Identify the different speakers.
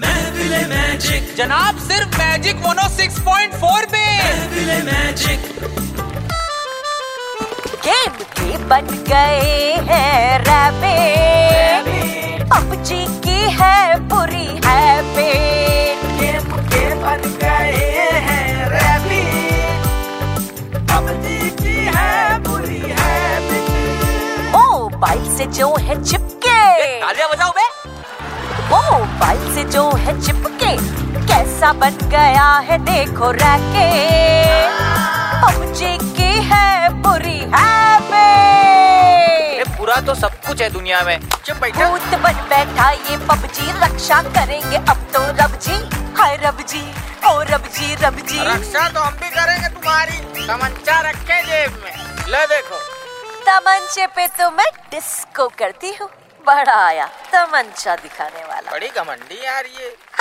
Speaker 1: महफिल मैजिक
Speaker 2: जनाब सिर्फ oh मैजिक मोनो 6.4 पे
Speaker 1: महफिल मैजिक
Speaker 3: गेम के बन गए हैं रैबिट पबजी की है बुरी हैबिट
Speaker 1: गेम के बन गए हैं रैबी पबजी की है बुरी है
Speaker 3: मोबाइल से जो है चिपके
Speaker 2: तालियां बजाओ बे
Speaker 3: मोबाइल से जो है चिपके कैसा बन गया है देखो रैकेट पबजी की है बुरी हैबिट
Speaker 2: अरे पूरा तो सब कुछ है दुनिया में चुप बैठा
Speaker 3: भूत बन बैठा ये पबजी रक्षा करेंगे अब तो रब जी हाय रब जी ओ रब जी रब जी
Speaker 2: रक्षा तो हम भी करेंगे तुम्हारी तमंचा रखे जेब में ले देखो
Speaker 3: तमंचे पे तो मैं डिस्को करती हूँ बड़ा आया तमंचा दिखाने वाला
Speaker 2: बड़ी घमंडी यार ये